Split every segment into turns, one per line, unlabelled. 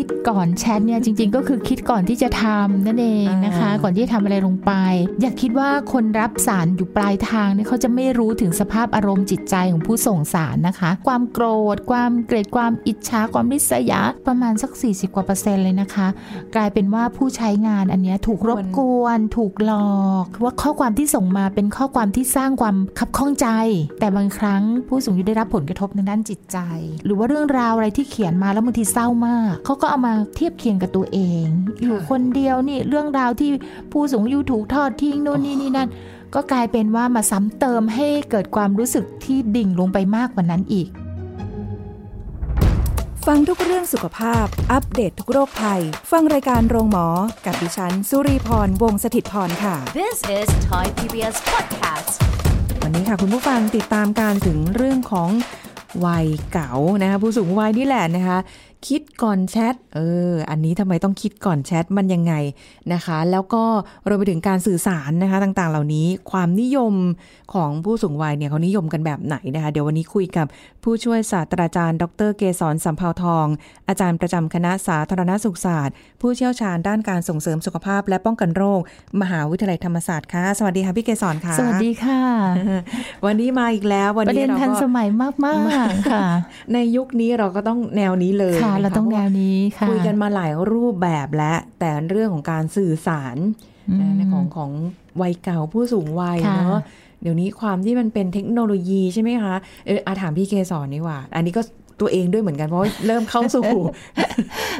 คิดก่อนแชทเนี่ยจริง ๆ ก็คือคิดก่อนที่จะทำนั่นเองนะคะ ก่อนที่จะทำอะไรลงไป อยากคิดว่าคนรับสารอยู่ปลายทางเนี่ยเขาจะไม่รู้ถึงสภาพอารมณ์จิตใจของผู้ส่งสารนะคะ ความโกรธ ความเกลียดความอิจฉาความริษยาประมาณสัก 40 กว่าเปอร์เซ็นต์เลยนะคะ กลายเป็นว่าผู้ใช้งานอันเนี้ยถูกรบกวน ถูกหลอกว่าข้อความที่ส่งมาเป็นข้อความที่สร้างความขับข้องใจ แต่บางครั้งผู้สูงอายุได้รับผลกระทบในด้านจิตใจ หรือว่าเรื่องราวอะไรที่เขียนมาแล้วบางทีเศร้ามาก เขาก็เอามาเทียบเคียงกับตัวเอง อยู่คนเดียวนี่เรื่องราวที่ผู้สูงอายุถูกทอดทิ้งโน่นนี่นี่นั่น ก็กลายเป็นว่ามาซ้ำเติมให้เกิดความรู้สึกที่ดิ่งลงไปมากกว่านั้นอีก
ฟังทุกเรื่องสุขภาพ อัปเดตทุกโรคภัย ฟังรายการโรงหมอ กับดิฉัน สุรีพร วงศสถิตพรค่ะ
This is Thai PBS podcast.
วันนี้ค่ะคุณผู้ฟังติดตามการถึงเรื่องของวัยเก่านะคะผู้สูงวัยนี่แหละนะคะ คิดก่อนแชทเออ อันนี้ทำไมต้องคิดก่อนแชทมันยังไงนะคะ แล้วก็รวมไปถึงการสื่อสารนะคะต่างๆ เหล่านี้ความนิยมของผู้สูงวัยเนี่ยเขานิยมกันแบบไหนนะคะ เดี๋ยววันนี้คุยกับผู้ช่วยศาสตราจารย์ ดรเกษรสัมภาวทอง อาจารย์ประจำคณะสาธารณสุขศาสตร์ ผู้เชี่ยวชาญด้านการส่งเสริมสุขภาพ และป้องกันโรค มหาวิทยาลัยธรรมศาสตร์ค่ะสวัสดีค่ะพี่เกษรค่ะ
สวัสดีค่ะ
วันนี้มาอีกแล้ววัน
ประ
นี้
เด็น
เรา
ทันส
ก็
มัยมากๆค่ะ
ในยุคนี้เราก็ต้องแนวนี้เลย
ค่ะ
น
เราต้อง
พะ
แนวนี้
ว่า
ค่ะ
คุยกันมาหลายรูปแบบและแต่เรื่องของการสื่อสารนะในของของวัยเก่าผู้สูงวัย
ค่ะ
เนาะเดี๋ยวนี้ความที่มันเป็นเทคโนโลยีใช่ไหมคะเอออาถามพี่เกสอนดีกว่า อันนี้ก็ตัวเองด้วยเหมือนกันเพราะว่าเริ่มเข้าสู่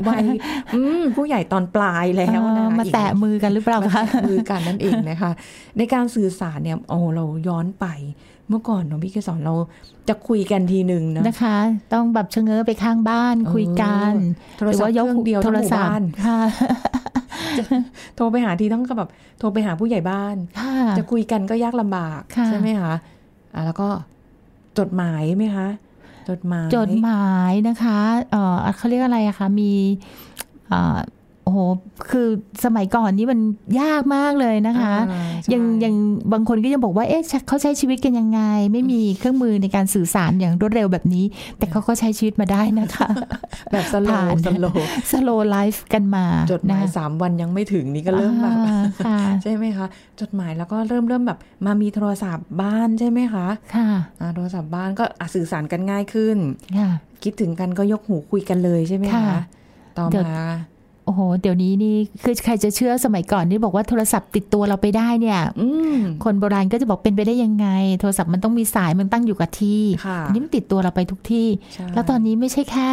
วัยอืมผู้ใหญ่ตอนปลายแล้ว
เอ
นะ
อมา
อีก
แตะมือกันหรือเปล่าคะ
มือกันนั่นเอง นะคะ ในการสื่อสารเนี่ยโอ้เราย้อนไป เมื่อก่อนเนาะพี่เกสอนเราจะคุยกันทีหนึ่งนะ
นะคะ ต้องแบบชะเง้อไปข้างบ้านคุยกัน
โทรศัพท์เครื่องเดียว
โท
ทั้ง
ร
หมู่
ศัพ
บ้าน
ท์ค่ะ
โทรไปหาทีต้องก็แบบโทรไปหาผู้ใหญ่บ้าน
ค่ะ
จะคุยกันก็ยากลำบาก
ค่ะ
ใช่ไหมคะอ่ะแล้วก็จดหมายไหมคะจดหมาย
จดหมายนะคะเออเขาเรียกอะไรอะคะมีเอ่อโอ้โหคือสมัยก่อนนี่มันยากมากเลยนะคะ
อ่าใช่
ยังยังบางคนก็ยังบอกว่าเอ๊ะเขาใช้ชีวิตกันยังไง ไม่มีเครื่องมือในการสื่อสารอย่างรวดเร็วแบบนี้ แต่เขาก็ใช้ชีวิตมาได้นะคะ
แบบสโล
ผ่าน
ว์สโลว์
สโลไลฟ์กันมา
จดหมาย
นะคะ
สามวันยังไม่ถึงนี่ก็เริ่มแบบ
อ่าค่ะ
ใช่ไหมคะ จดหมายแล้วก็เริ่มเริ่มแบบ มามีโทรศัพท์บ้านใช่ไหมคะ
ค่ะ
อ่าโทรศัพท์บ้านก็อ่ะสื่อสารกันง่ายขึ้น
ค่ะ
คิดถึงกันก็ยกหูคุยกันเลยใช่ไหม
ค่ะ
คะต่อ
เดี๋ยว
มา
โอ้โห เดี๋ยวนี้นี่คือใครจะเชื่อสมัยก่อนที่บอกว่าโทรศัพท์ติดตัวเราไปได้เนี่ย
อืม
คนโบราณก็จะบอกเป็นไปได้ยังไง โทรศัพท์มันต้องมีสายมันตั้งอยู่กับที่
ค่ะ
อันนี่มันติดตัวเราไปทุกที่
ใช่
แล้วตอนนี้ไม่ใช่แค่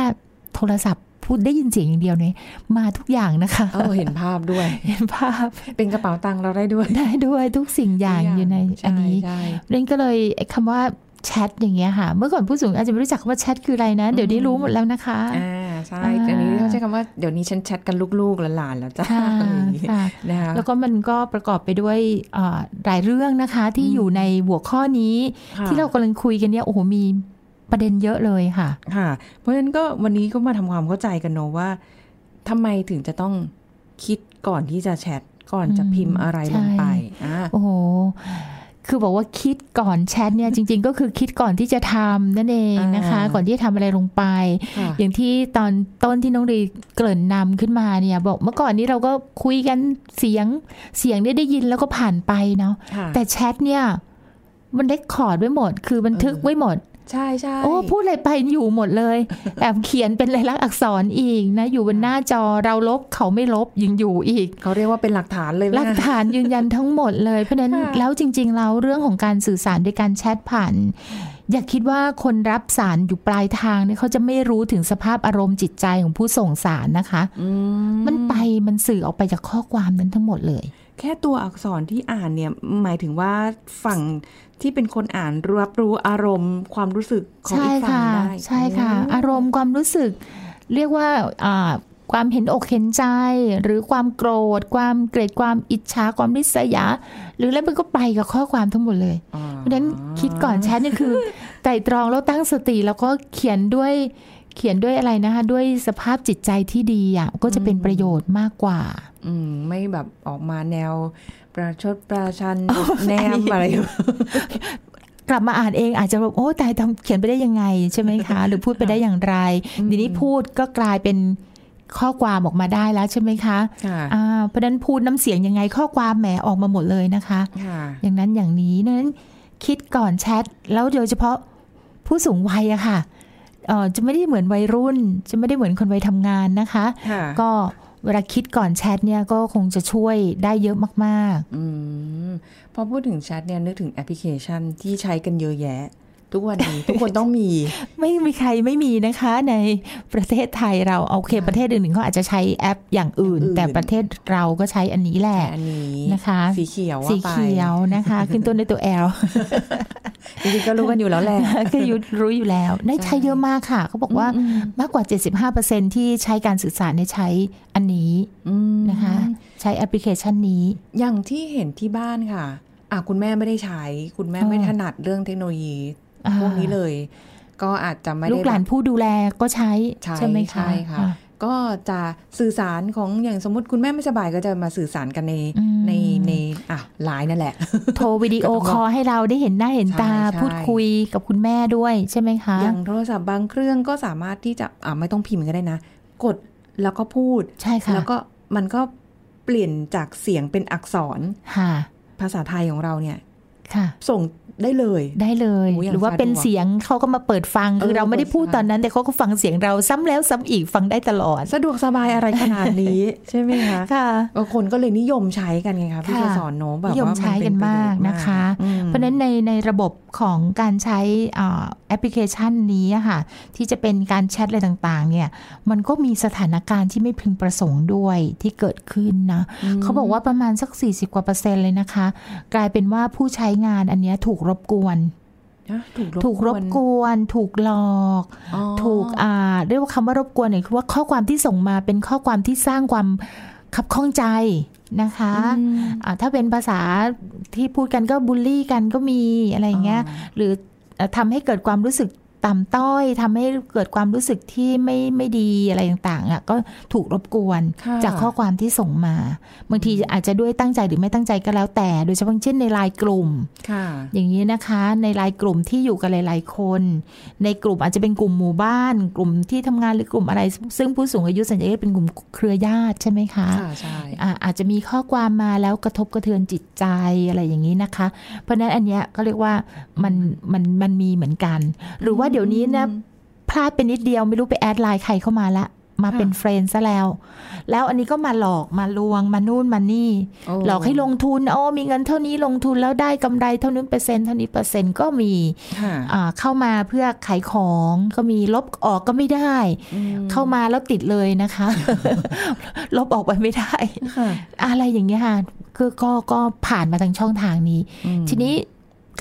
โทรศัพท์พูดได้ยินเสียงอย่างเดียวเนี่ยมาทุกอย่างนะคะ
เออเห็นภาพด้วย
เห็นภาพ
เป็นกระเป๋าตังค์เราได้ด้วย
ได้ด้วยทุกสิ่งอย่างอยู่ในอันนี้
ใช่
เรนก็เลยไอ้คำว่าแชทอย่างเงี้ยค่ะ เมื่อก่อนผู้สูงอาจจะไม่รู้จักคำว่าแชทคืออะไรนะ เดี๋ยวนี้รู้หมดแล้วนะคะ
ใช่อ่าใช่
อ่า
อันนี้เขาใช้คำว่าเดี๋ยวนี้ฉันแชทกันลูกๆหลานๆแล้วจ้า
ค่ะ
อะไรอย่างงี้
ค่ะ
นะคะ
แล้วก็มันก็ประกอบไปด้วยเอ่อหลายเรื่องนะคะที่อยู่ในหัวข้อนี้
ค่ะ
ที่เรากำลังคุยกันเนี่ยโอ้โหมีประเด็นเยอะเลยค่ะ
ค่ะ เพราะฉะนั้นก็วันนี้ก็มาทำความเข้าใจกันเนอะว่าทำไมถึงจะต้องคิดก่อนที่จะแชทก่อนจะพิมพ์อะไรลงไปอ่า
โอ้โหคือบอกว่าคิดก่อนแชทเนี่ยจริง ๆ ก็คือคิดก่อนที่จะทำนั่นเองนะคะ
อ่า
ก่อนที่จะทำอะไรลงไป
ค่ะ
อย่างที่ตอนต้นที่น้องรีเกริ่นนำขึ้นมาเนี่ยบอกเมื่อก่อนนี้เราก็คุยกันเสียงเสียงเนี่ยได้ยินแล้วก็ผ่านไปเนาะแต่แชทเนี่ยมันเล็กคอร์ดไว้หมด คือบันทึก
เออ
ไว้หมด
ใช่ใช่
โอ้พูดอะไรไปอยู่หมดเลย แอบเขียนเป็นลายลักษณ์อักษรอีกนะ อยู่บนหน้าจอเราลบเขาไม่ลบยังอยู่อีก
เขาเรียกว่าเป็นหลักฐานเลยไหม
หลัก
คะ
ฐานยืนยันทั้งหมดเลย เพราะฉะนั้น
ค่ะ
แล้วจริง ๆ แล้วเรื่องของการสื่อสารโดยการแชทผ่าน อย่าคิดว่าคนรับสารอยู่ปลายทางเนี่ยเขาจะไม่รู้ถึงสภาพอารมณ์จิตใจของผู้ส่งสารนะคะ
อื
มันไปมันสื่อออกไปจากข้อความนั้นทั้งหมดเลย
แค่ตัวอักษรที่อ่านเนี่ยหมายถึงว่าฝั่งที่เป็นคนอ่านรับรู้อารมณ์ ความรู้สึกของ
ใช่
อีกฝั่ง
ค่ะ
ได้
ใช่ค่ะ อารมณ์ความรู้สึก เรียกว่าอ่าความเห็นอกเห็นใจ หรือความโกรธ ความเกลียดความอิจฉาความริษยา หรืออะไรมันก็ไปกับข้อความทั้งหมดเลย
อ๋อ
เพราะฉะนั้นคิดก่อนแชท เนี่ยคือ ไตร่ตรองแล้วตั้งสติแล้วก็เขียนด้วยเขียนด้วยอะไรนะคะ ด้วยสภาพจิตใจที่ดีอ่ะก็จะเป็นประโยชน์มากกว่า
อืมไม่แบบออกมาแนว ประชดประชัน
โอ้ย
แนมอะไร
กลับมาอ่านเองอาจจะแบบโอ้ตายทำเขียนไปได้ยังไงใช่ไหมคะ หรือพูดไปได้อย่างไรเดี๋ยวนี้พูดก็กลายเป็นข้อความออกมาได้แล้วใช่ไหมคะ
ค่ะ
อ่าเพราะฉะนั้นพูดน้ำเสียงยังไงข้อความแหมออกมาหมดเลยนะคะ
ค่ะ
อย่างนั้นอย่างนี้ดังนั้นคิดก่อนแชทแล้วโดยเฉพาะผู้สูงวัยอะค่ะเอ่อจะไม่ได้เหมือนวัยรุ่น จะไม่ได้เหมือนคนวัยทำงานนะคะ
ค่ะ
ก็เวลาคิดก่อนแชทเนี่ยก็คงจะช่วยได้เยอะมาก
อืมพอพูดถึงแชทเนี่ยนึกถึงแอปพลิเคชันที่ใช้กันเยอะแยะ ทุกวันนี้ ทุกคนต้องมี
ๆ ไม่มีใครไม่มีนะคะในประเทศไทยเราโอเค ประเทศอื่นๆเขาอาจจะใช้แอปอย่างอื่น
อย่างอื่น
แต่ประเทศเราก็ใช้อันนี้แหละ
แต่อันนี้
นะคะ
สีเขียว
สี
ว่าไป
เขียวนะคะ ขึ้นต้นด้วยตัว L
จริงๆก็รู้กันอยู่แล้วแหละ
ก็ยุรู้อยู่แล้วได้ใช้เยอะมากค่ะเขาบอกว่า
อืม
มากกว่า 75%ที่ใช้การสื่อสารเนี่ยใช้อันนี้
อืม
นะคะ ใช้แอปพลิเคชันนี้
อย่างที่เห็นที่บ้านค่ะอ่ะ คุณแม่ไม่ได้ใช้ คุณแม่
อ่า
ไม่ถนัดเรื่องเทคโนโลยี
อ่า
พวกนี้เลย ก็อาจจะไม่
ลู
ได้
กหลาน
รับ
ผู้ดูแลก็ใช้
ใช่
ใช่ไหมคะ
ใช่ค่ะ
อ่
ก็จะสื่อสารของอย่างสมมติคุณแม่ไม่สบายก็จะมาสื่อสารกันใน
อืม
ในในอ่ะไลน์นั่นแหละ
โทรวิดีโอ
ก็ต้อง
คอลให้เราได้เห็นหน้าเห็นตา
ใช่ใช่
พูดคุยกับคุณแม่ด้วยใช่ไหมคะ
อย่างโทรศัพท์บางเครื่องก็สามารถที่จะอ่ะไม่ต้องพิมพ์ก็ได้นะ กดแล้วก็พูด
ใช่ค่ะ
แล้วก็มันก็เปลี่ยนจากเสียงเป็นอักษร
ค่ะ
ภาษาไทยของเราเนี่ย
ค่ะ
ส่งได้เลย
ได้เลย
โอ้ยอย่าง
หรือว่าเป็นเสียงเขาก็มาเปิดฟัง คือ
เออ
เราไม่ได้
เปิด
พูด
ฟัง
ตอนนั้น แต่เขาก็ฟังเสียงเราซ้ำแล้วซ้ำอีกฟังได้ตลอด
สะดวกสบายอะไรขนาดนี้ ใช่ไหมคะ
ค่ะ
บางคนก็เลยนิยมใช้กันไงคะพี่
ค่ะ
เจสอนโน้แบบ
นิยม
ว่า
ใช้กันมาก
เป็
นะคะ
ปรโยชอืม
เพราะฉะนั้นในในระบบของการใช้อ่าแอปพลิเคชันนี้อะค่ะ ที่จะเป็นการแชทอะไรต่างๆ เนี่ย มันก็มีสถานการณ์ที่ไม่พึงประสงค์ด้วยที่เกิดขึ้นนะเขาบอกว่าประมาณสัก 40 กว่าเปอร์เซ็นต์เลยนะคะ กลายเป็นว่าผู้ใช้งานอันเนี้ยถูกรบกวน
นะ
ถูกรบกวน ถูกหลอก
อ๋อ
ถูกอ่าเรียกว่าคำว่ารบกวนเนี่ยคือว่าข้อความที่ส่งมาเป็นข้อความที่สร้างความขับข้องใจนะคะ
อืม
อ่าถ้าเป็นภาษาที่พูดกันก็บูลลี่กันก็มีอะไรอย่างเงี้ย
อ่า
หรือเอ่อทำให้เกิดความรู้สึกต่ำต้อยทำให้เกิดความรู้สึกที่ไม่ไม่ดีอะไรต่างๆอ่ะก็ถูกรบกวน
ค่ะ
จากข้อความที่ส่งมา บางทีอาจจะด้วยตั้งใจหรือไม่ตั้งใจก็แล้วแต่ โดยเฉพาะอย่างเช่นในไลน์กลุ่ม
ค่ะ
อย่างนี้นะคะ ในไลน์กลุ่มที่อยู่กันหลาย ๆ คน ในกลุ่มอาจจะเป็นกลุ่มหมู่บ้าน กลุ่มที่ทำงานหรือกลุ่มอะไร ซึ่งผู้สูงอายุส่วนใหญ่ก็เป็นกลุ่มเครือญาติใช่ไหมคะ
ค่ะ ใช่
อ่ะอาจจะมีข้อความมาแล้วกระทบกระเทือนจิตใจอะไรอย่างนี้นะคะ เพราะฉะนั้นอันเนี้ยก็เรียกว่ามันมันมันมีเหมือนกัน หรือว่าเดี๋ยวนี้นะพลาดไปนิดเดียวไม่รู้ไปแอดไลน์ใครเข้ามาละ มาเป็น
ค่ะ
เฟรนด์ซะแล้ว แล้วอันนี้ก็มาหลอกมาลวงมานู่นมานี่
โ
หลอกให้ลงทุนโอ้มีเงินเท่านี้ลงทุนแล้วได้กำไรเท่านั้นเปอร์เซ็นต์เท่านี้เปอร์เซ็นต์ก็มี
ค่ะ
อ่าเข้ามาเพื่อขายของก็มีลบออกก็ไม่ได้
อืม
เข้ามาแล้วติดเลยนะคะ ลบออกไปไม่ได้
ค่ะ
อะไรอย่างเงี้ยค่ะคือก็ก็ผ่านมาทางช่องทางนี้
อืม
ทีนี้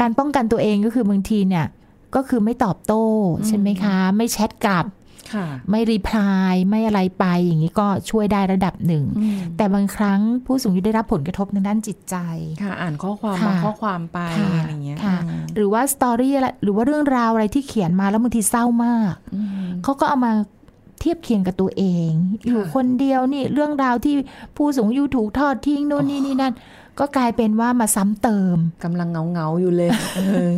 การป้องกันตัวเองก็คือบางทีเนี่ย ก็คือไม่ตอบโต้
อืม
ใช่ไหมคะ ไม่แชทกลับ
ค่ะ
ไม่รีพลาย ไม่อะไรไปอย่างนี้ก็ช่วยได้ระดับหนึ่ง
อืม
แต่บางครั้งผู้สูงอายุได้รับผลกระทบทางด้านจิตใจ
ค่ะ อ่านข้อความ
ค่ะ
บางข้อความไป
ค่ะ
อะไรเงี้ย
ค่ะ หรือว่าสตอรี่อะไรหรือว่าเรื่องราวอะไรที่เขียนมาแล้วบางทีเศร้ามาก
อืม
เขาก็เอามาเทียบเคียงกับตัวเอง อยู่คนเดียวนี่เรื่องราวที่ผู้สูงอายุถูกทอดทิ้งนู่นนี่นี่นั่น ก็กลายเป็นว่ามาซ้ำเติม
กำลังเงาเงาๆอยู่เลยเออ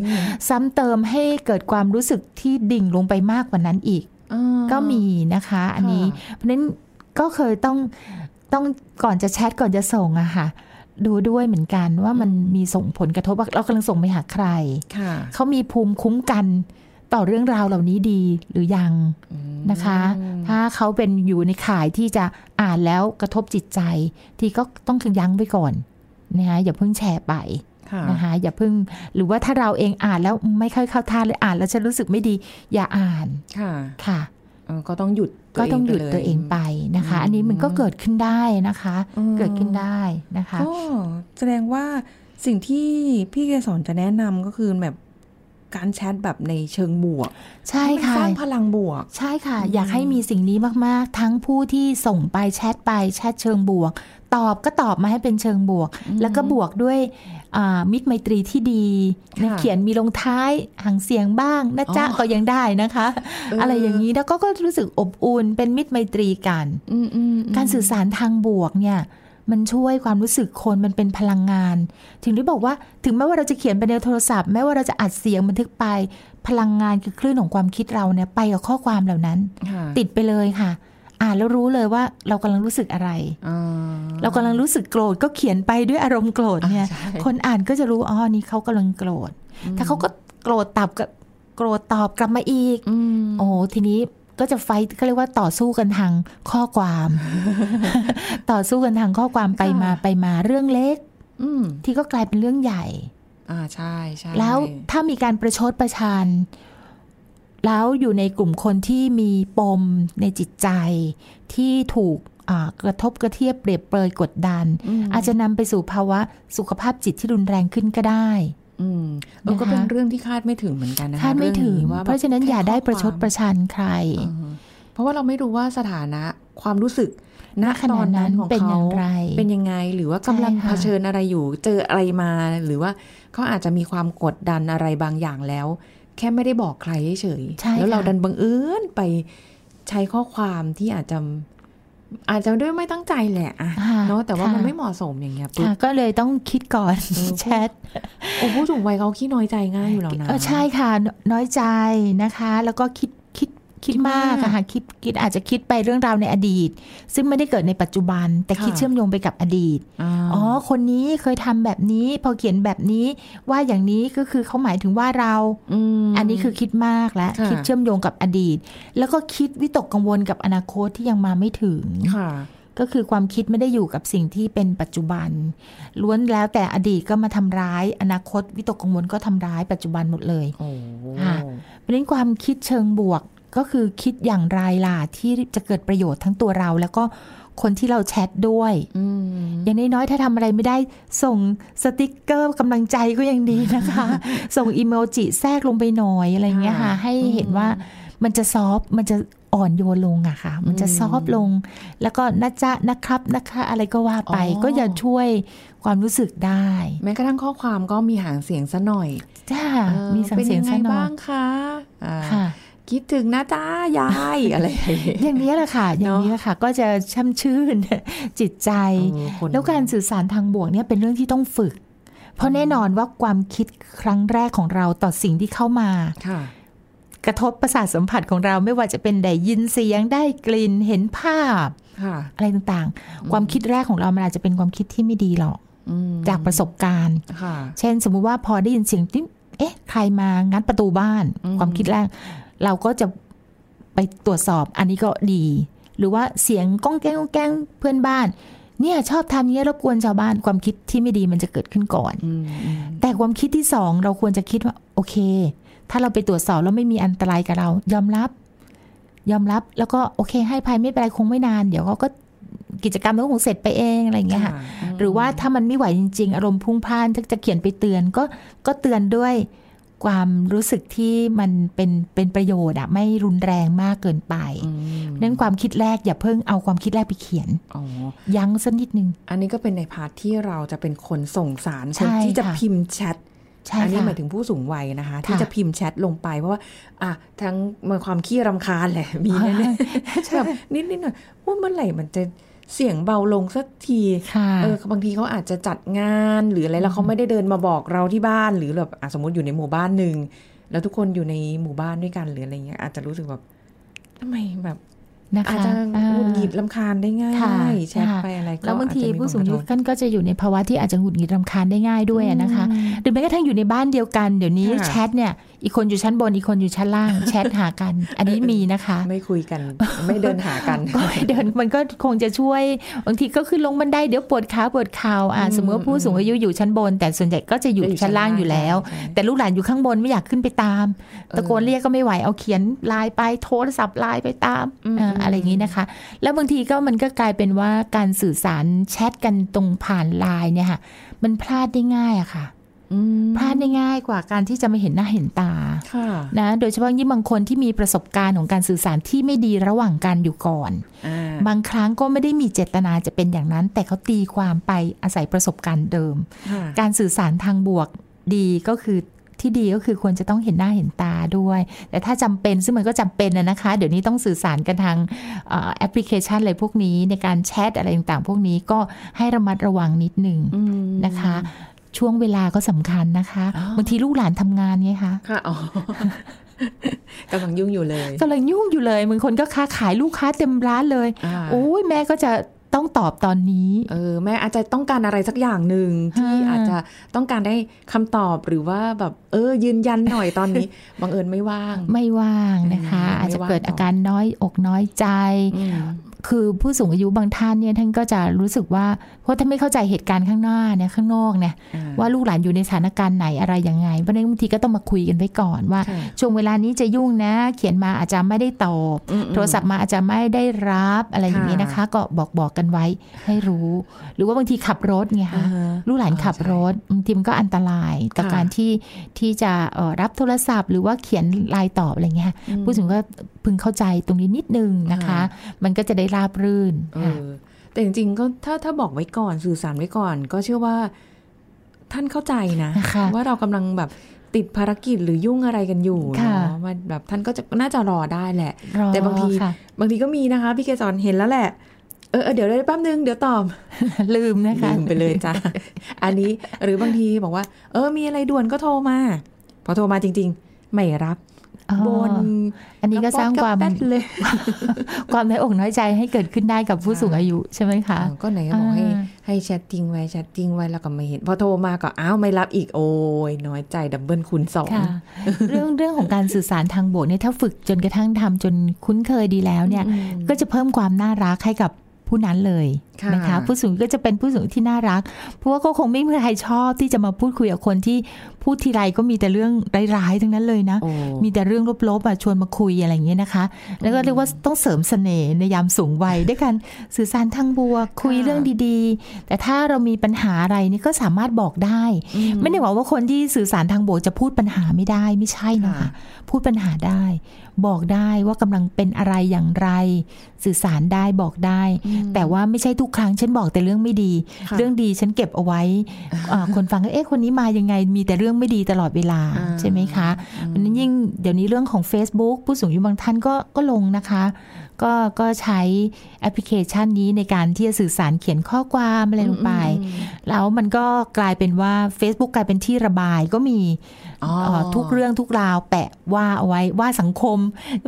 ซ้ำเติมให้เกิดความรู้สึกที่ดิ่งลงไปมากกว่านั้นอีก
เออ
ก็มีนะคะ อันนี้
ค่ะ
เพราะฉะนั้นก็เคยต้องต้องก่อนจะแชทก่อนจะส่งอะค่ะ ดูด้วยเหมือนกันว่ามันมีส่งผลกระทบว่าเรากำลังส่งไปหาใคร
ค่ะ
เขามีภูมิคุ้มกันต่อเรื่องราวเหล่านี้ดีหรือยัง
อืม
นะคะ ถ้าเขาเป็นอยู่ในข่ายที่จะอ่านแล้วกระทบจิตใจ ที่ก็ต้องยั้งไว้ก่อนนะคะอย่าเพิ่งแชร์ไป
ค่ะ
นะคะอย่าเพิ่งหรือว่าถ้าเราเองอ่านแล้วไม่ค่อยเข้าท่าเลยอ่านแล้วฉันรู้สึกไม่ดี อย่าอ่าน
ค่ะ
ค่ะ
เออก็ต้องหยุด
ก็ต้องหยุดตัวเองไป
ล
นะคะ
อืม
อันนี้มันก็เกิดขึ้นได้นะคะ
อืม
เกิดขึ้นได้นะคะ
ก็แสดงว่าสิ่งที่พี่เกสอนจะแนะนำก็คือแบบการแชทแบบในเชิงบวก
ใช่
มัน
ค่ะ
สร้างพลังบวก
ใช่ค่ะ อยากให้มีสิ่งนี้มาก ๆ ทั้งผู้ที่ส่งไปแชทไปแชทเชิงบวก ตอบก็ตอบมาให้เป็นเชิงบวก แล้วก็บวกด้วยอ่ามิตรไมตรีที่ดี
ค่ะ
นะเขียนมีลงท้ายหางเสียงบ้างนะจ๊ะ
อ๋อ
ก็ยังได้นะคะ
เอออ
อะไรอย่างนี้แล้วก็ก็รู้สึกอบอุ่นเป็นมิตรไมตรีกัน
อืมอืมอืม
การสื่อสารทางบวกเนี่ย มันช่วยความรู้สึกคนมันเป็นพลังงาน ถึงได้บอกว่าถึงแม้ว่าเราจะเขียนไปในโทรศัพท์แม้ว่าเราจะอัดเสียงบันทึกไป พลังงานคือคลื่นของความคิดเราเนี่ยไปกับข้อความเหล่านั้น
ค่ะ
ติดไปเลยค่ะ อ่านแล้วรู้เลยว่าเรากำลังรู้สึกอะไร
อ่า
เรากำลังรู้สึกโกรธก็เขียนไปด้วยอารมณ์โกรธเนี่ย
อ่าใช่
คนอ่านก็จะรู้อ๋อนี่เขากำลังโกรธ ถ้าเขาก็โกรธตอบกับโกรธตอบกลับมาอีก
อืม
โอ้ทีนี้ก็จะไฟท์ก็เรียกว่าต่อสู้กันทางข้อความ ต่อสู้กันทางข้อความไป
ค่ะ
มาไปมาเรื่องเล็ก
อืม
ที่ก็กลายเป็นเรื่องใหญ่
อ่าใช่ใช่
แล้วถ้ามีการประชดประชัน แล้วอยู่ในกลุ่มคนที่มีปมในจิตใจ ที่ถูกอ่ากระทบกระเทียบเปรียบเปรยกดดัน
ม
อาจจะนำไปสู่ภาวะสุขภาพจิตที่รุนแรงขึ้นก็ได้
อืมเออก็
นะคะ
เป็นเรื่องที่คาดไม่ถึงเหมือนกันนะคะ
คาดไม่ถึง
เรื่องนี้ว่าแบบ
เพราะฉะนั้นอย่าได้ประชดประชันใคร
อ่าฮะเพราะว่าเราไม่รู้ว่าสถานะความรู้สึกณ
ณขณะ
ตอนนั้น
นั้น
ของ
เป็น
เขา
อย่างไร
เป็นยังไงหรือว่ากำลัง
ใช่ค่ะ
เผชิญอะไรอยู่ เจออะไรมาหรือว่าเขาอาจจะมีความกดดันอะไรบางอย่างแล้ว แค่ไม่ได้บอกใครเฉยๆ
ใช่
แล้วเรา
ค่ะ
ดันบังเอิญไปใช้ข้อความที่อาจจะอาจจะด้วยไม่ตั้งใจแหละอะ
ค่ะ
เนาะแต่ว่ามัน
ค่ะ
ไม่เหมาะสมอย่างเงี้ยปุ๊บ
ค่ะก็เลยต้องคิดก่อน
เออ
แชท
โอ้ผู้สูงวัยเขาขี้น้อยใจง่ายอยู่แล้วนะ
เออใช่ค่ะนน้อยใจนะคะ แล้วก็คิดคิดคิด
คิดมาม
าก กอะค่ะคิดคิดอาจจะคิดไปเรื่องราวในอดีต ซึ่งไม่ได้เกิดในปัจจุบัน แต่
ค่ะ
คิดเชื่อมโยงไปกับอดีต
อา
อ๋อคนนี้เคยทำแบบนี้ พอเขียนแบบนี้ว่าอย่างนี้ก็คือเขาหมายถึงว่าเรา
ม
อันนี้คือคิดมากและ
ค่ะ
คิดเชื่อมโยงกับอดีต แล้วก็คิดวิตกกังวลกับอนาคตที่ยังมาไม่ถึง
ค่ะ
ก็คือความคิดไม่ได้อยู่กับสิ่งที่เป็นปัจจุบัน ล้วนแล้วแต่อดีตก็มาทำร้าย อนาคตวิตกกังวลก็ทำร้ายปัจจุบันหมดเลย
โอ้
ค่ะ เพราะฉะนั้นความคิดเชิงบวกก็คือคิดอย่างไรล่ะที่จะเกิดประโยชน์ทั้งตัวเรา แล้วก็คนที่เราแชทด้วย
อืม
อย่างน้อยๆถ้าทำอะไรไม่ได้ส่งสติกเกอร์กำลังใจก็ยังดีนะคะ ส่งอีโมจิแทรกลงไปหน่อยอะไรอย่างเงี้ยค่ะ
ค่ะ
ให้
อืม
เห็นว่ามันจะซอฟต์มันจะอ่อนโยนลงอะค่ะ มันจะ
อืม
ซอฟต์ลง แล้วก็นะจ๊ะนะครับนะคะ อะไรก็ว่าไป
อ๋อ
ก็จะช่วยความรู้สึกได้
แม้กระทั่งข้อความก็มีหางเสียงซะหน่อย
จ้า
เออ
มีสังเสียง
ป็น
สนอ
ไบ้าง งคะอ่า
ค่ะ
คิดถึงนะจ้ายาย อะไรอย่างเงี้ย
อย่างนี้แหละค่ะ อย่าง
เนาะ
นี้แหละค่ะ ก็จะช่ำชื่น จิตใจ
เออคน
แล้วการสื่อสารทางบวกเนี่ยเป็นเรื่องที่ต้องฝึก เพราะแน่นอนว่าความคิดครั้งแรกของเราต่อสิ่งที่เข้ามา
ค่ะ
กระทบประสาทสัมผัสของเราไม่ว่าจะเป็นได้ยินเสียงได้กลิ่นเห็นภาพ
ค่ะ
อะไรต่างๆ ความคิดแรกของเรามันอาจจะเป็นความคิดที่ไม่ดีหรอก
อืม
จากประสบการณ์
ค่ะ
เช่น สมมุติว่าพอได้ยินเสียงติ๊บเอ๊ะ ใครมางัดประตูบ้าน
อืม
ความคิดแรก เราก็จะไปตรวจสอบอันนี้ก็ดี หรือว่าเสียงก้องแก้งก้องแก้งเพื่อนบ้าน เนี่ยชอบทำเนี้ยรบกวนชาวบ้านความคิดที่ไม่ดีมันจะเกิดขึ้นก่อน
อืมอืม
แต่ความคิดที่สองเราควรจะคิดว่า โอเค ถ้าเราไปตรวจสอบแล้วไม่มีอันตรายกับเรา ยอมรับ ยอมรับแล้วก็โอเค ให้ภัยไม่เป็นไรคงไม่นาน เดี๋ยวเขาก็กิจกรรมมันก็คงเสร็จไปเองอะไรอย่างเงี้ยค่ะ
ม
หรือว่าถ้ามันไม่ไหวจริง ๆ อารมณ์พรุ่งพล่านถ้าจะเขียนไปเตือนก็ก็เตือนด้วยความรู้สึกที่มันเป็นเป็นประโยชน์อะไม่รุนแรงมากเกินไป
อืม
นั้นความคิดแรกอย่าเพิ่งเอาความคิดแรกไปเขียน
อ๋อ
ยั้งสักนิดนึง
อันนี้ก็เป็นในพาร์ทที่เราจะเป็นคนส่งสารค
ใช่
นที่จะ
ค่ะ
พิมพ์แชท
ใช่
อันนี้
ค่ะ
หมายถึงผู้สูงวัยนะคะ ที่
ค่ะ
จะพิมพ์แชทลงไปเพราะว่า อ่ะทั้งมันความขี้รำคาญแหละ มีแน่ ๆแบบนิดนิดๆหน่อยๆว่าเมื่อไหร่มันจะเสียงเบาลงสักที
ค่ะ
เออบางทีเขาอาจจะจัดงานหรืออะไรแล้วเขาไม่ได้เดินมาบอกเราที่บ้านหรือแบบอ่ะสมมติอยู่ในหมู่บ้านหนึ่งแล้วทุกคนอยู่ในหมู่บ้านด้วยกันหรืออะไรเงี้ยอาจจะรู้สึกแบบทำไมแบบ
นะคะ
อาจจะหงุดหงิดลำคาญได้ง่า
ค่ะ
ยแชทไปอะไรก็
แล้วบางที
อจจะมี
ผู้สูงอา
ผลกระ
ยุ
ทบ
ท่านก็จะอยู่ในภาวะที่อาจจะหงุดหงิดรำคาญได้ง่ายด้วยอะนะคะ หรือแม้กระทั่งอยู่ในบ้านเดียวกันเดี๋ยวนี้
ค่ะ
แชทเนี่ย อีกคนอยู่ชั้นบนอีกคนอยู่ชั้นล่าง แชทหากัน อันนี้มีนะคะ
ไม่คุยกันไม่เดินหากัน
ก็เดิน มันก็คงจะช่วยบางทีก็ขึ้นลงบันไดเดี๋ยวปวดขาปวดเข่าอ่า
อืม
สมมติว่าผู้สูงอายุอยู่ชั้นบน แต่ส่วนใหญ่ก็จะอยู่
จะอยู่ชั้
ชั้
น
นล่าง
ล่าง
อยู่แล้ว
ใช่ใช่
แต่ลูกหลานอยู่ข้างบนไม่อยากขึ้นไปตาม
เออ
ตะโกนเรียกก็ไม่ไหวเอาเขียนไลน์ไปโทรศัพท์ไลน์ไปตาม
อืม
เอ่ออะไรอย่างนี้นะคะ แล้วบางทีก็มันก็กลายเป็นว่าการสื่อสารแชทกันตรงผ่านไลน์เนี่ยค่ะมันพลาดได้ง่ายอะค่ะ พลาดได้ง่ายกว่าการที่จะไม่เห็นหน้าเห็นตา
ค่ะ
นะโดยเฉพาะยิ่งบางคนที่มีประสบการณ์ของการสื่อสารที่ไม่ดีระหว่างกันอยู่ก่อน
อ่า
บางครั้งก็ไม่ได้มีเจตนาจะเป็นอย่างนั้น แต่เขาตีความไปอาศัยประสบการณ์เดิม
ค่ะ
การสื่อสารทางบวกดีก็คือ ที่ดีก็คือควรจะต้องเห็นหน้าเห็นตาด้วย แต่ถ้าจำเป็นซึ่งมันก็จำเป็นนะนะคะ เดี๋ยวนี้ต้องสื่อสารกันทางเอ่อแอปพลิเคชันอะไรพวกนี้ในการแชทอะไรต่างๆ พวกนี้ก็ให้ระมัดระวังนิดหนึ่ง
อืม
นะคะ ช่วงเวลาก็สำคัญนะคะ
อ๋อ
บางทีลูกหลานทำงานไงคะ
ค่ะอ๋ อกำลังยุ่งอยู่ เลย
กำลังยุ่งอยู่เลยบางคนก็ค้าขายลูกค้าเต็มร้านเลย
า
โอ้ยแม่ก็จะต้องตอบตอนนี้
เออแม่อาจจะต้องการอะไรสักอย่างหนึ่งที่
อ่า
อาจจะต้องการได้คำตอบหรือว่าแบบ เออ ยืนยันหน่อยตอนนี้ บังเอิญไม่ว่าง
ไม่ว่างนะคะ
อืม
อาจจะ
ไม่ว่าง
เกิดอาการน้อยอกน้อยใจ
อืม
คือผู้สูงอายุบางท่านเนี่ยท่านก็จะรู้สึกว่า เพราะท่านไม่เข้าใจเหตุการณ์ข้างหน้าเนี่ยข้างนอกเนี่ย
อ่า
ว่าลูกหลานอยู่ในสถานการณ์ไหนอะไรยังไงเพราะฉะนั้นบางทีก็ต้องมาคุยกันไว้ก่อนว่า
ค่ะ
ช่วงเวลานี้จะยุ่งนะ เขียนมาอาจจะไม่ได้ตอบ
อืมอืม
โทรศัพท์มาอาจจะไม่ได้รับอะไรอย่างนี้นะคะ ก็บอกบอกกันไว้ให้รู้ หรือว่าบางทีขับรถไงคะ
อ่าฮะ
ลูกหลานขับรถบางทีมันก็อันตรายต่อ
ค่ะ
การที่ที่จะเอ่อรับโทรศัพท์ หรือว่าเขียนลายตอบอะไรเงี้ย
อืม
ผู้สูงก็พึงเข้าใจตรงนี้นิดนึงนะคะ
ค่ะ
มันก็จะได้ราบรื่น
เอ
ค่ะ
อแต่จริงๆก็ถ้าถ้าบอกไว้ก่อนสื่อสารไว้ก่อน ก็เชื่อว่าท่านเข้าใจนะ
นะคะ
ว่าเรากำลังแบบติดภารกิจหรือยุ่งอะไรกันอยู่
ค่ะ
เนาะมันแบบท่านก็จะน่าจะรอได้แหละ
รอ
แต่บางที
ค่ะ
บางทีก็มีนะคะพี่เกสรเห็นแล้วแหละ เออเออเดี๋ยวได้แป๊บนึงเดี๋ยวตอบ
ลืมนะคะ
ลืมไปเลยจ้ะ อันนี้หรือบางทีบอกว่า เออ มีอะไรด่วนก็โทรมา พอโทรมาจริง ๆ ไม่รับ
อ๋อบ
น
อันนี้ก็สร้าง
ระ
ค
ป๊อ
วา
ด
ม
กระแป๊ดเลย
ความน้อยอกน้อยใจให้เกิดขึ้นได้กับผู้สูงอายุใช่ไหมคะ
อ้าวก็ไหนก็บอกให้
อ่า
ให้แชททิ้งไว้แชททิ้งไว้แล้วก็ไม่เห็น พอโทรมาก็อ้าวไม่รับอีกโอ้ยน้อยใจดับเบิลคูณสอง
ค่ะ เรื่องเรื่องของการสื่อสารทางบกเนี่ยถ้าฝึกจนกระทั่งทำจนคุ้นเคยดีแล้วเนี่ย ก็จะเพิ่มความน่ารักให้กับผู้นั้นเลย
ค่ะ
นะคะ ผู้สูงก็จะเป็นผู้สูงที่น่ารัก เพราะว่าก็คงไม่มีใครชอบที่จะมาพูดคุยกับคนที่พูดทีไรก็มีแต่เรื่องร้ายๆทั้งนั้นเลยนะ
โอ้
มีแต่เรื่องลบๆอ่ะชวนมาคุยอะไรอย่างเงี้ยนะคะ แล้วก็เรียกว่าต้องเสริมเสน่ห์ในยามสูงวัย ด้วยการสื่อสารทางบวกคุยเรื่องดีๆ แต่ถ้าเรามีปัญหาอะไรนี่ก็สามารถบอกได้ ไม่ได้หวังว่าคนที่สื่อสารทางบวกจะพูดปัญหาไม่ได้ไม่ใช่นะคะ
ค่ะ
พูดปัญหาได้ บอกได้ว่ากำลังเป็นอะไรอย่างไร สื่อสารได้บอกได้ แต่ว่าไม่ใช่ทุกครั้งฉันบอกแต่เรื่องไม่ดี
ค่ะ
เรื่องดีฉันเก็บเอา ไว้อ่าคนฟังก็เอ๊ะคนนี้มายังไงมีแต่เรื่องไม่ดีตลอดเวลา
อ่า
ใช่ไหมคะมันนยิ่งเดี๋ยวนี้เรื่องของ Facebook ผู้สูงอายุบางท่านก็ก็ลงนะคะ ก็ก็ใช้แอปพลิเคชันนี้ในการที่จะสื่อสารเขียนข้อความอะไรลงไป แล้วมันก็กลายเป็นว่า Facebook กลายเป็นที่ระบายก็มี
อ๋อ
เอ่อทุกเรื่องทุกราวแปะว่าเอาไว้ว่าสังคม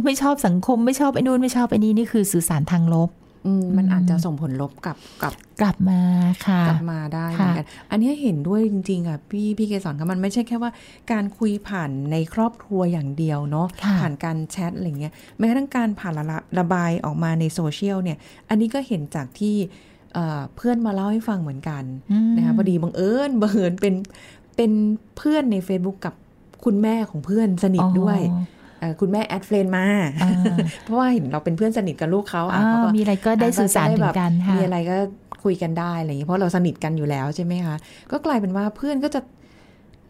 ไม่ชอบสังคมไม่ชอบไอ้นู่นไม่ชอบไอ้นี่นี่คือสื่อสารทางลบ
อืมมันอาจจะส่งผลลบกับกับ
กลับมาค่ะ
กลับมาได้เหมือนกัน อันนี้เห็นด้วยจริงๆอ่ะพี่พี่เกสรค่ะมันไม่ใช่แค่ว่าการคุยผ่านในครอบครัวอย่างเดียวเนาะ
ค่ะ
ผ่านการแชทอะไรเงี้ยแม้กระทั่งการผ่านระละระบายออกมาในโซเชียลเนี่ย อันนี้ก็เห็นจากที่เอ่อเพื่อนมาเล่าให้ฟังเหมือนกัน
อืม
นะคะพอดีบังเอิญ บังเอิญเป็นเป็นเพื่อนใน Facebook กับคุณแม่ของเพื่อนสนิทด้วย
อ๋อ
เอ่อคุณแม่แอดเฟรนมา
อ่า
เพราะว่าเห็นเราเป็นเพื่อนสนิทกับลูกเขาอ่ะ
อ่า
เขาก็
มีอะไรก็ได้สื่อสารถึงกันค่ะ
มีอะไรก็คุยกันได้อะไรอย่างนี้เพราะเราสนิทกันอยู่แล้วใช่ไหมคะ ก็กลายเป็นว่าเพื่อนก็จะ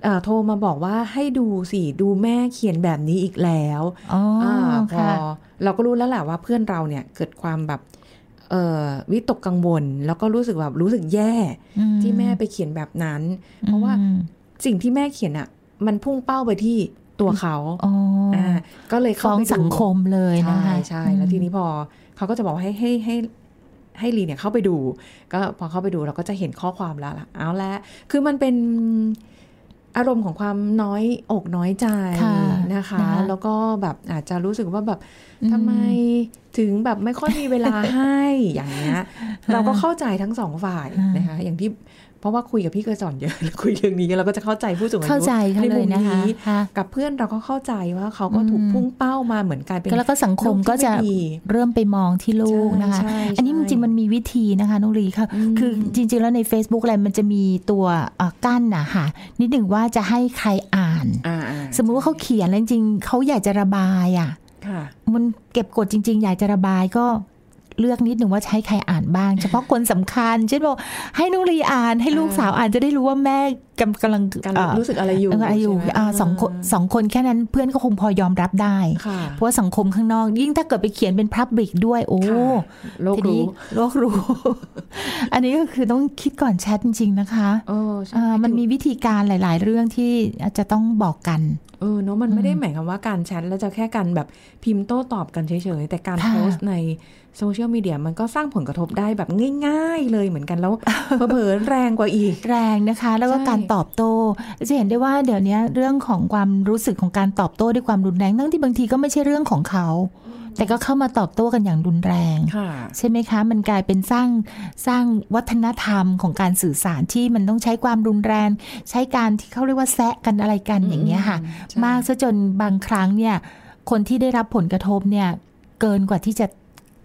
เอ่อโทรมาบอกว่าให้ดูสิดูแม่เขียนแบบนี้อีกแล้ว
อ๋อ
อาพอ
ค่ะ
เราก็รู้แล้วแหละว่าเพื่อนเราเนี่ยเกิดความแบบเอ่อวิตกกังวล แล้วก็รู้สึกแบบรู้สึกแย่
อื
ที่แม่ไปเขียนแบบนั้น เพราะว่า
อืม
สิ่งที่แม่เขียนอะ่ะ มันพุ่งเป้าไปที่ตัวเขา
อ๋ออ่
าก็เลย
ฟ้
เข้า
อง
ไป
สั
ดู
งคมเลยนะ
ใช่
คะ
ใช่แล้วทีนี้พอเขาก็จะบอกว่าให้ให้ให้ให้ลีเนี่ยเข้าไปดู ก็พอเข้าไปดูเราก็จะเห็นข้อความแล้วล่ะเอาละคือมันเป็นอารมณ์ของความน้อยอกน้อยใจ
ค่ะ
นะคะ
นะคะ
แล้วก็แบบอาจจะรู้สึกว่าแบบ
อืม
ทำไมถึงแบบไม่ค่อยมีเวลาให้ อย่างเงี้ ยเราก็เข้าใจทั้งสองฝ่าย
อ่าน
นะคะ อย่างที่เพราะว่าคุยกับพี่เคยสอนเยอะ คุยเรื่องนี้เราก็จะเข้าใจผู้สูงอายุ
เข้าใจเขา
ใน
เล
มุ
ย
ม
นะคะ
นี้
ค่ะ
กับเพื่อนเราก็เข้าใจว่าเขาก็ถูก
อืม
พุ่งเป้ามาเหมือนกลายเป็น
แล้วก็สังคมก็จะ
ลูที่ไดี
เริ่มไปมองที่ลูกนะคะ
ใช่ใช่
อันนี้จริงๆมันมีวิธีนะคะน้องลีค่ะ
อืม
คือจริงๆแล้วใน Facebook อะไรมันจะมีตัวเอ่อกั้นนะค่ะ นิดหนึ่งว่าจะให้ใครอ่าน
อ่าอ่า
สมมุติว่าเขาเขียนแล้วจริงๆเขาอยากจะระบายอ่ะ
ค่ะ
มันเก็บกดจริง ๆ อยากจะระบายก็เลือกนิดหนึ่งว่าใช้ใครอ่านบ้าง เฉพาะคนสำคัญเช่นบอกให้น้องลีอ่านให้ลูกสาวอ่านจะได้รู้ว่าแม่ กำกำลัง
การ
เอ่อ
รู้สึกอะไรอยู่
กำลังอายุ
ใช่ไหม
อ่าสองคนสองคนแค่นั้นเพื่อนก็คงพอยอมรับได้
ค่ะ
เพราะว่าสังคมข้างนอก ยิ่งถ้าเกิดไปเขียนเป็นพับบิกด้วยโอ้
ค่ะ โลก
ที
รู้
นี้โลกรู้ อันนี้ก็คือต้องคิดก่อนแชทจริง ๆ นะคะ
เออใช่
อ่ามันมีวิธีการหลาย ๆ เรื่องที่อาจจะต้องบอกกัน
เออเนาะมันไม่ได้หมายความว่าการแชทแล้วจะแค่การแบบพิมพ์โต้ตอบกันเฉยๆ แต่การ
ค่ะ
โพสต์ในโซเชียลมีเดียมันก็สร้างผลกระทบได้แบบง่าย ๆ เลยเหมือนกัน แล้ว เผลอๆแรงกว่าอีก
แรงนะคะ แล้วก็
ใช่
การตอบโต้จะเห็นได้ว่าเดี๋ยวนี้เรื่องของความรู้สึกของการตอบโต้ด้วยความรุนแรงทั้งที่บางทีก็ไม่ใช่เรื่องของเขา แต่ก็เข้ามาตอบโต้กันอย่างรุนแรง
ค่ะ
ใช่ไหมคะ มันกลายเป็นสร้างสร้างวัฒนธรรมของการสื่อสารที่มันต้องใช้ความรุนแรง ใช้การที่เขาเรียกว่าแซะกันอะไรกันอย่างเงี้ยค่ะ
ใช่
มากซะจนบางครั้งเนี่ย คนที่ได้รับผลกระทบเนี่ย เกินกว่าที่จะ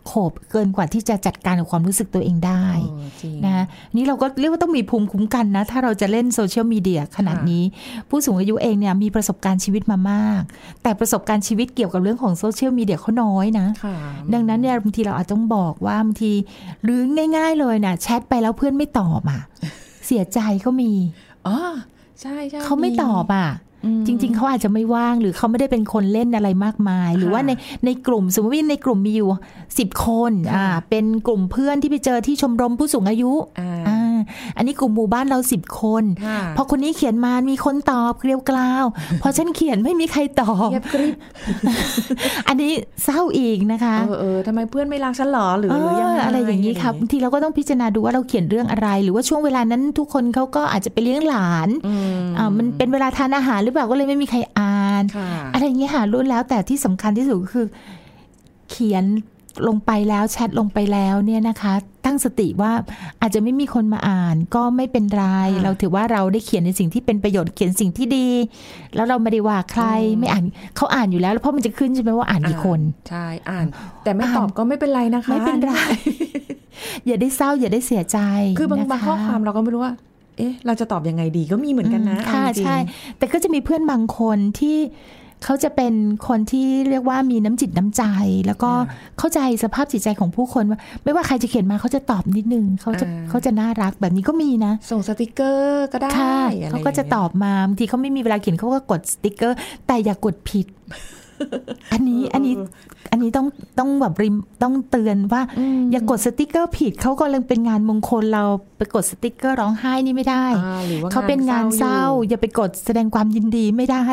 โขบเกินกว่าที่จะจัดการกับความรู้สึกตัวเองได้
เออจริง
นะคะนี่เราก็เรียกว่าต้องมีภูมิคุ้มกันนะ ถ้าเราจะเล่นโซเชียลมีเดียขนาด
ค่ะ
นี้ ผู้สูงอายุเองเนี่ยมีประสบการณ์ชีวิตมามาก แต่ประสบการณ์ชีวิตเกี่ยวกับเรื่องของโซเชียลมีเดียเขาน้อยนะ
ค่ะ
ดังนั้นเนี่ยบางทีเราอาจต้องบอกว่าบางทีหรือง่าย ๆเลยนะแชทไปแล้วเพื่อนไม่ตอบ อ่ะ เสียใจก็มี
อ๋อใช่ใช่
เขาไม่ตอบอ่ะ
อืม
จริง ๆ เขาอาจจะไม่ว่างหรือเขาไม่ได้เป็นคนเล่นอะไรมากมาย หรือว่าในในกลุ่มสมมติว่าในกลุ่มมีอยู่สิบคน
ค่ะ
อ่าเป็นกลุ่มเพื่อนที่ไปเจอที่ชมรมผู้สูงอายุ
อ่า
อ่าอันนี้กลุ่มหมู่บ้านเราสิบคน
ค่ะ
พอคนนี้เขียนมา มีคนตอบเกลียวกล่าว พอฉันเขียนไม่มีใครตอบ
เงียบกริบ
อันนี้เศร้าอีกนะคะ
เออเออทำไมเพื่อนไม่รักฉันหรอหรือหรือยัง
เออ
ไง
อะไรอย่างนี้ค่ะบางทีเราก็ต้องพิจารณาดูว่าเราเขียนเรื่องอะไร หรือว่าช่วงเวลานั้นทุกคนเขาก็อาจจะไปเลี้ยงหลาน
อืม
อ่ามันเป็นเวลาทานอาหารหรือเปล่าก็เลยไม่มีใครอ่าน
ค่ะ
อะไรอย่างเงี้ยค่ะรุ่นแล้วแต่ที่สำคัญที่สุดก็คือ เขียนลงไปแล้วแชทลงไปแล้วเนี่ยนะคะ ตั้งสติว่าอาจจะไม่มีคนมาอ่านก็ไม่เป็นไร
ค่ะ
เราถือว่าเราได้เขียนในสิ่งที่เป็นประโยชน์เขียนสิ่งที่ดี แล้วเราไม่ได้ว่าใครไม่อ่านเขาอ่านอยู่แล้วแล้วเพราะมันจะขึ้นใช่ไหมว่าอ่านกี่คน
ใช่อ่าน แต่ไม่ตอบก็ไม่เป็นไรนะคะ
ไม่เป็นไร อย่าได้เศร้าอย่าได้เสียใจ
คือบาง
นะะ
บางข้อความเราก็ไม่รู้ว่า เอ๊ะ เราจะตอบยังไงดีก็มีเหมือนกันนะ
อืมค่ะ
เอาจริง
ใช่ แต่ก็จะมีเพื่อนบางคนที่เขาจะเป็นคนที่เรียกว่ามีน้ำจิตน้ำใจ แล้วก็
อ่
เข้าใจสภาพจิตใจของผู้คนว่า ไม่ว่าใครจะเขียนมาเขาจะตอบนิดนึงเขาจะ
อ่า
เขาจะน่ารักแบบนี้ก็มีนะ
ส่งสติกเกอร์ก็ได้
ค่ะ
ไร
เขาก็จะตอบมาบางทีเขาไม่มีเวลาเขียนเขาก็กดสติกเกอร์ แต่อย่ากดผิด อันนี้อันนี้อันนี้ต้องต้องแบบริมต้องเตือนว่า
ม
อย่ากดสติกเกอร์ผิดเขากำลังเป็นงานมงคลเราไปกดสติกเกอร์ร้องไห้นี่ไม่ได้
อ่าหรือว่า
เขาเป็นงานเศร้า
อยู่
อย่าไปกดแสดงความยินดีไม่ได้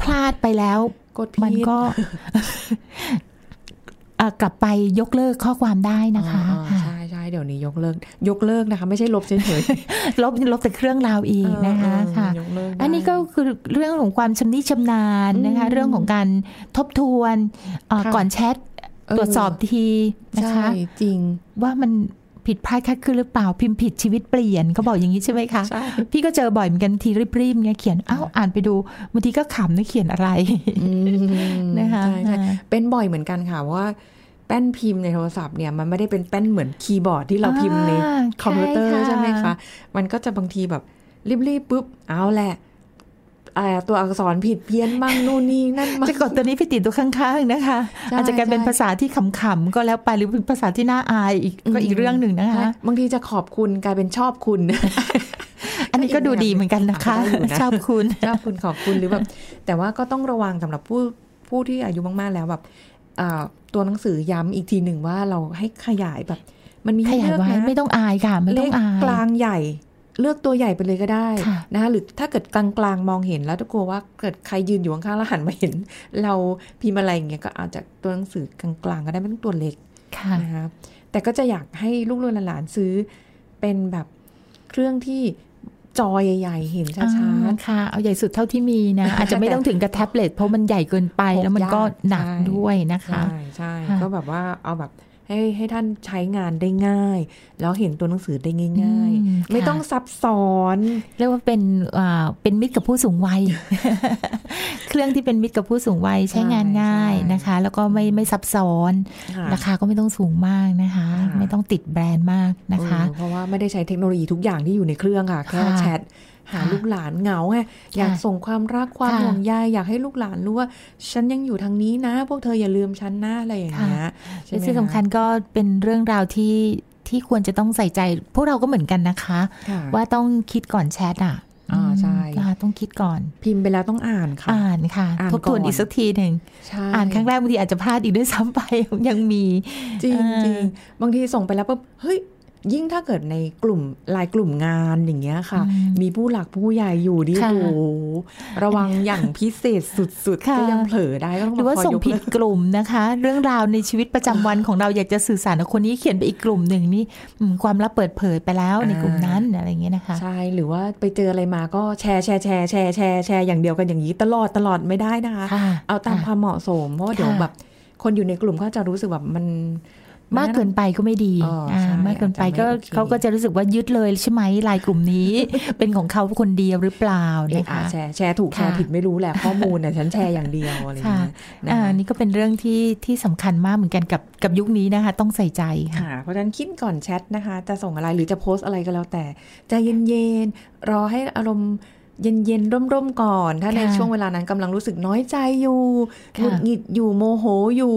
พลาดไปแล้ว
กดผิด
มันก็ เอ่อกลับไปยกเลิกข้อความได้นะคะ
อ่าอ่า
ค่ะ
ใช่ใช่เดี๋ยวนี้ยกเลิก ยกเลิกนะคะ ไม่ใช่ลบเฉย
ลบลบแต่เครื่องราวอีก
ๆ
นะคะ
เออเออ
ค่ะ
ยกเลิกได้
อันนี้ก็คือเรื่องของความชำนิชำนาญนะคะ
อืม
เรื่องของการทบทวนเอ่อ
ค่ะ
ก่อนแชท
เออ
ตรวจสอบทีนะคะ
ใช่จริง
ว่ามันผิดพลาดคลาดเคลื่อนหรือเปล่าพิมพ์ผิดชีวิตเปลี่ยนเขาบอกอย่างนี้ใช่ไหมคะ
ใช่
พี่ก็เจอบ่อยเหมือนกันทีรีบๆเงี้ยเขียนอ้าวอ่านไปดูบางทีก็ขำนะเขียนอะไร
อืม
นะคะ
ใช่ใช่
อ่า
เป็นบ่อยเหมือนกันค่ะว่าแป้นพิมพ์ในโทรศัพท์เนี่ยมันไม่ได้เป็นแป้นเหมือนคีย์บอร์ดที่เราพิมพ์ใน
อ่า
คอมพิวเตอร์
ใช่ค่ะ
ใช่ไหมคะ มันก็จะบางทีแบบรีบๆปุ๊บเอาแหละเอ่อตัวอักษรผิดเพี้ยนบ้างนู่นนี่นั่นบ้าง
จะกดตัวนี้ไปติดตัวข้างๆนะคะ
ใช่
อาจจะกลายเป็น
ใช่
ภาษาที่ขำๆก็แล้วไปหรือเป็นภาษาที่น่าอายอีกก็อีกเรื่องหนึ่งนะคะ
ใช่บางทีจะขอบคุณกลายเป็นชอบคุณ
อันนี้ก็ดูดีเหมือนกันนะคะ
อ่ะก็ได้อยู่นะ
ชอบคุณ
ชอบคุณขอบคุณหรือแบบแต่ว่าก็ต้องระวังสำหรับผู้ผู้ที่อายุมากๆแล้วแบบเอ่อตัวหนังสือย้ำอีกทีหนึ่งว่าเราให้ขยายแบบ มันมี
ข
ให้
ยาย
เลือก
ไว้
นะ
ไม่ต้องอายค่ะ ไม่ต้องอาย
เล็กกลางใหญ่เลือกตัวใหญ่ไปเลยก็ได้
ค่ะ
นะคะหรือถ้าเกิดกลางกลางๆมองเห็นแล้วถ้ากลัวว่าเกิดใครยืนอยู่ข้างๆแล้วหันมาเห็น เราพิมพ์อะไรอย่างเงี้ยก็อาจจะตัวหนังสือกลางๆก็ได้ไม่ต้องตัวเล็ก
ค่ะ
นะคะแต่ก็จะอยากให้ลูกๆหลานๆซื้อเป็นแบบเครื่องที่จอใหญ่ ๆ เห็นช้า
อ่ค่ะ เอาใหญ่สุดเท่าที่มีนะ อาจจะไม่ต้องถึงกับแท็บเล็ตเพราะมันใหญ่เกินไป
พก
แล้วมันก็
ยาก
หนัก
ใช่
ด้วยนะ
ๆ
คะ
ใช่ใช่
ค่ะ
ก็แบบว่าเอาแบบให้ให้ท่านใช้งานได้ง่าย แล้วเห็นตัวหนังสือได้ง่าย
อื
ๆ ไม่
ค่ะ
ต้องซับซ้อน
เรียกว่าเป็นอ่าเป็นมิตรกับผู้สูงวัย เครื่องที่เป็นมิตรกับผู้สูงวัยใช้งานง่าย
ใช่
นะคะ แล้วก็ไม่ไม่ซับซ้อน
ค่ะ
ราคาก็ไม่ต้องสูงมากนะคะ
ค่ะ
ไม่ต้องติดแบรนด์มากนะคะ
เออเพราะว่าไม่ได้ใช้เทคโนโลยีทุกอย่างที่อยู่ในเครื่องค่ะ แค่
ค่ะ
แชทหา
ค่ะ
ลูกหลานเหงาไงอยาก
ค่ะ
ส่งความรักความ
ค่ะ
ห่วงใยอยากให้ลูกหลานรู้ว่า ฉันยังอยู่ทางนี้นะ พวกเธออย่าลืมฉันนะอะไรอย่างเงี้ย
ค่ะ
ใช่
และ
ไหม
ที่สำคัญ
ะ
ก็เป็นเรื่องราวที่ที่ควรจะต้องใส่ใจ พวกเราก็เหมือนกันนะคะ
ค่ะ
ว่าต้องคิดก่อนแชทอ่ะ
อ่าใช่
อืมอ่าต้องคิดก่อน
พิมพ์ไปแล้วต้องอ่านค่ะ
อ่านค่ะ
อ่าน
ทบทวน
ก่อน
อีกสักทีหนึ่ง
ใช่
อ่านครั้งแรกบางทีอาจจะพลาดอีกด้วยซ้ำไป ยังมี
จริง
เออ
จริงบางทีส่งไปแล้วปุ๊บเฮ้ย ยิ่งถ้าเกิดในกลุ่มลายกลุ่มงานอย่างเงี้ยค่ะ
อืม
มีผู้หลักผู้ใหญ่อยู่ดิ
ค่ะ
โอ้โหระวังอย่างพิเศษสุดๆ
ค่ะ
ก็ยังเผลอได้ก็ต้อง
หรือว่า
คอย
ส่ง
ยก
ผิด
เลิก
กลุ่มนะคะ เรื่องราวในชีวิตประจำวันของเราอยากจะสื่อสารกับคนนี้เขียนไปอีกกลุ่มหนึ่งนี่อืมความลับเปิดเผยไปแล้วในกลุ่มนั้นอะไรอย่างเงี้ยนะคะ
ใช่หรือว่าไปเจออะไรมาก็แชร์แชร์แชร์แชร์แชร์แชร์อย่างเดียวกันอย่างนี้ตลอดตลอดไม่ได้นะคะ
ค่ะ
เอาตาม
ค่ะ
ความเหมาะสม เพราะว่าเดี๋ยว
ค่ะ
แบบคนอยู่ในกลุ่มก็จะรู้สึกแบบมัน
มากเกินไปก็ไม่ดี
อ๋ออ่
า
ใช่
มากเกินไปก็
อาจจะไม่โอเค
เขาก็จะรู้สึกว่ายึดเลยใช่ไหมลายกลุ่มนี้ เป็นของเขาคนเดียวหรือเปล่า
เอะ
นะ
อะ
คะ
แชร์แชร์ถูกแชร์
ค่ะ
ผิดไม่รู้แหละข้อมูลเนี่ยฉันแชร์อย่างเดียวอะไรอย่างเงี้ยนะ
า
คะ
อันนี่ก็เป็นเรื่องที่ที่สำคัญมากเหมือนกันกับกับยุคนี้นะคะ ต้องใส่ใจค่ะ
ค่ะเพราะฉะนั้นคิดก่อนแชทนะคะ จะส่งอะไรหรือจะโพสต์อะไรก็แล้วแต่ใจเย็นๆ รอให้อารมณ์เย็นๆ ร่มๆ ก่อน ถ้า
ค่ะ
ในช่วงเวลานั้นกำลังรู้สึกน้อยใจอยู่ห
ค่ะ
งุดหงิดอยู่โมโหอยู่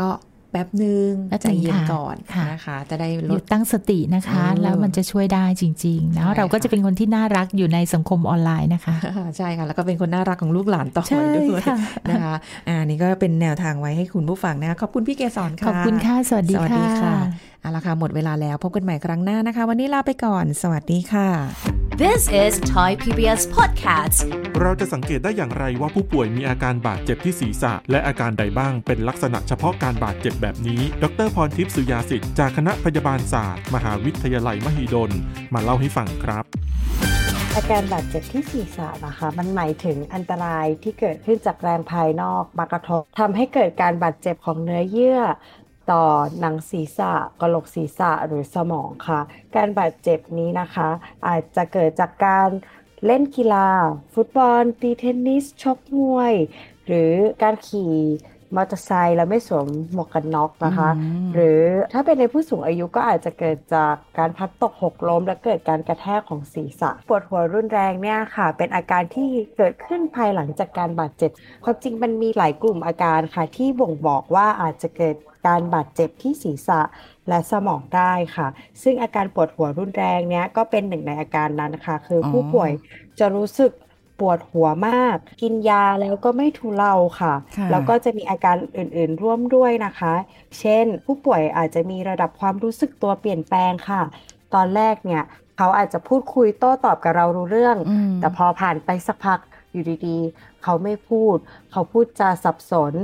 ก็แป๊บหนึ่ง
แป๊บหนึ่ง
ใจเย็นก่อน
ค่ะ
นะคะ จะได้
ห
ล
ยุ
ด
ดตั้งสตินะคะ
เออ
แล้วมันจะช่วยได้จริงๆ
ใช่
นะเราก็
ค่ะ
จะเป็นคนที่น่ารักอยู่ในสังคมออนไลน์นะคะ
ใช่ค่ะ แล้วก็เป็นคนน่ารักของลูกหลานต่อ
ใช่
ไปด้วย
ค่ะ
นะคะอ่านี่ก็เป็นแนวทางไว้ให้คุณผู้ฟังนะคะขอบคุณพี่เกศรค่ะ
ขอบคุณค่ะ สวัสดี
สวัสดี
ค่ะ
ค่ะเอาละค่ะหมดเวลาแล้วพบกันใหม่ครั้งหน้านะคะ วันนี้ลาไปก่อน สวัสดีค่ะ
This is Thai PBS Podcast
เราจะสังเกตได้อย่างไรว่าผู้ป่วยมีอาการบาดเจ็บที่ศีรษะ และอาการใดบ้างเป็นลักษณะเฉพาะการบาดเจ็บแบบนี้ ดรพรทิพย์สุยาสิทธิ์จากคณะพยาบาลศาสตร์ มหาวิทยาลัยมหิดล มาเล่าให้ฟังครับ
อาการบาดเจ็บที่ศีรษะนะคะ มันหมายถึงอันตรายที่เกิดขึ้นจากแรงภายนอกมากระทบทำให้เกิดการบาดเจ็บของเนื้อเยื่อ ต่อหนังศีรษะกระโหลกศีรษะหรือสมองค่ะ การบาดเจ็บนี้นะคะ อาจจะเกิดจากการเล่นกีฬา ฟุตบอล ตีเทนนิส ชกมวย หรือการขี่มอเตอร์ไซค์แล้วไม่สวมหมวกกันน็อกนะคะ
อืม
หรือถ้าเป็นในผู้สูงอายุก็อาจจะเกิดจากการพลัดตกหกล้ม และเกิดการกระแทกของศีรษะ ปวดหัวรุนแรงเนี่ยค่ะ เป็นอาการที่เกิดขึ้นภายหลังจากการบาดเจ็บความจริงมันมีหลายกลุ่มอาการค่ะ ที่บ่งบอกว่าอาจจะเกิดการบาดเจ็บที่ศีรษะและสมองได้ค่ะ ซึ่งอาการปวดหัวรุนแรงเนี้ยก็เป็นหนึ่งในอาการนั้นค่ะ คืออ
อ
ผู้ป่วยจะรู้สึกปวดหัวมาก กินยาแล้วก็ไม่ทุเลาค่ะ
ค่ะ
แล้วก็จะมีอาการอื่นๆ ร่วมด้วยนะคะ เช่น ผู้ป่วยอาจจะมีระดับความรู้สึกตัวเปลี่ยนแปลงค่ะ ตอนแรกเนี่ย เขาอาจจะพูดคุยโต้ตอบกับเรารู้เรื่อง แต่พอผ่านไปสักพักอยู่ดีๆ เขาไม่พูด เขาพูดจาสับสน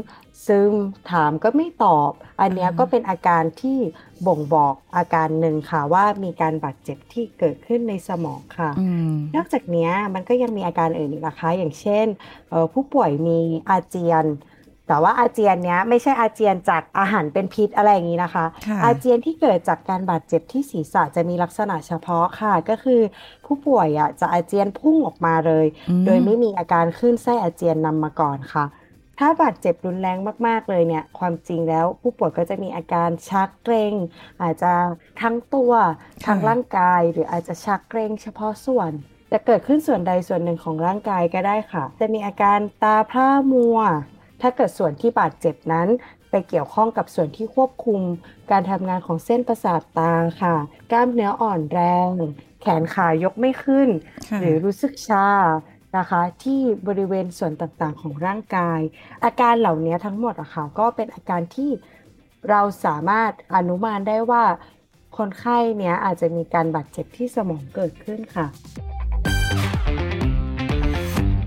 ซึมถามก็ไม่ตอบ อันเนี้ยก็เป็นอาการที่บ่งบอกอาการหนึ่งค่ะว่ามีการบาดเจ็บที่เกิดขึ้นในสมองค่ะ
อืม
นอกจากเนี้ยมันก็ยังมีอาการอื่นอีกนะคะ อย่างเช่นเอ่อผู้ป่วยมีอาเจียน แต่ว่าอาเจียนเนี้ยไม่ใช่อาเจียนจากอาหารเป็นพิษอะไรอย่างนี้นะคะ
ค่ะ
อาเจียนที่เกิดจากการบาดเจ็บที่ศีรษะจะมีลักษณะเฉพาะค่ะ ก็คือผู้ป่วยอ่ะจะอาเจียนพุ่งออกมาเลย โดยไม่มีอาการคลื่นไส้อาเจียนนำมาก่อนค่ะ ถ้าบาดเจ็บรุนแรงมาก ๆ เลยเนี่ย ความจริงแล้วผู้ป่วยก็จะมีอาการชักเกรง็ง อาจจะทั้งตัว
ค่ะ
ทั้งร่างกายหรืออาจจะชักเกรงเฉพาะส่วน จะเกิดขึ้นส่วนใดส่วนหนึ่งของร่างกายก็ได้ค่ะ จะมีอาการตาพร่ามัว ถ้าเกิดส่วนที่บาดเจ็บนั้น ไปเกี่ยวข้องกับส่วนที่ควบคุม การทำงานของเส้นประสาทตาค่ะ กล้ามเนื้ออ่อนแรง แขนขายกไม่ขึ้น
ค่ะ
หรือรู้สึกชานะคะที่บริเวณส่วนต่างๆ ของร่างกาย อาการเหล่านี้ทั้งหมดอะค่ะก็เป็นอาการที่เราสามารถอนุมานได้ว่า คนไข้เนี้ยอาจจะมีการบาดเจ็บที่สมองเกิดขึ้นค่ะ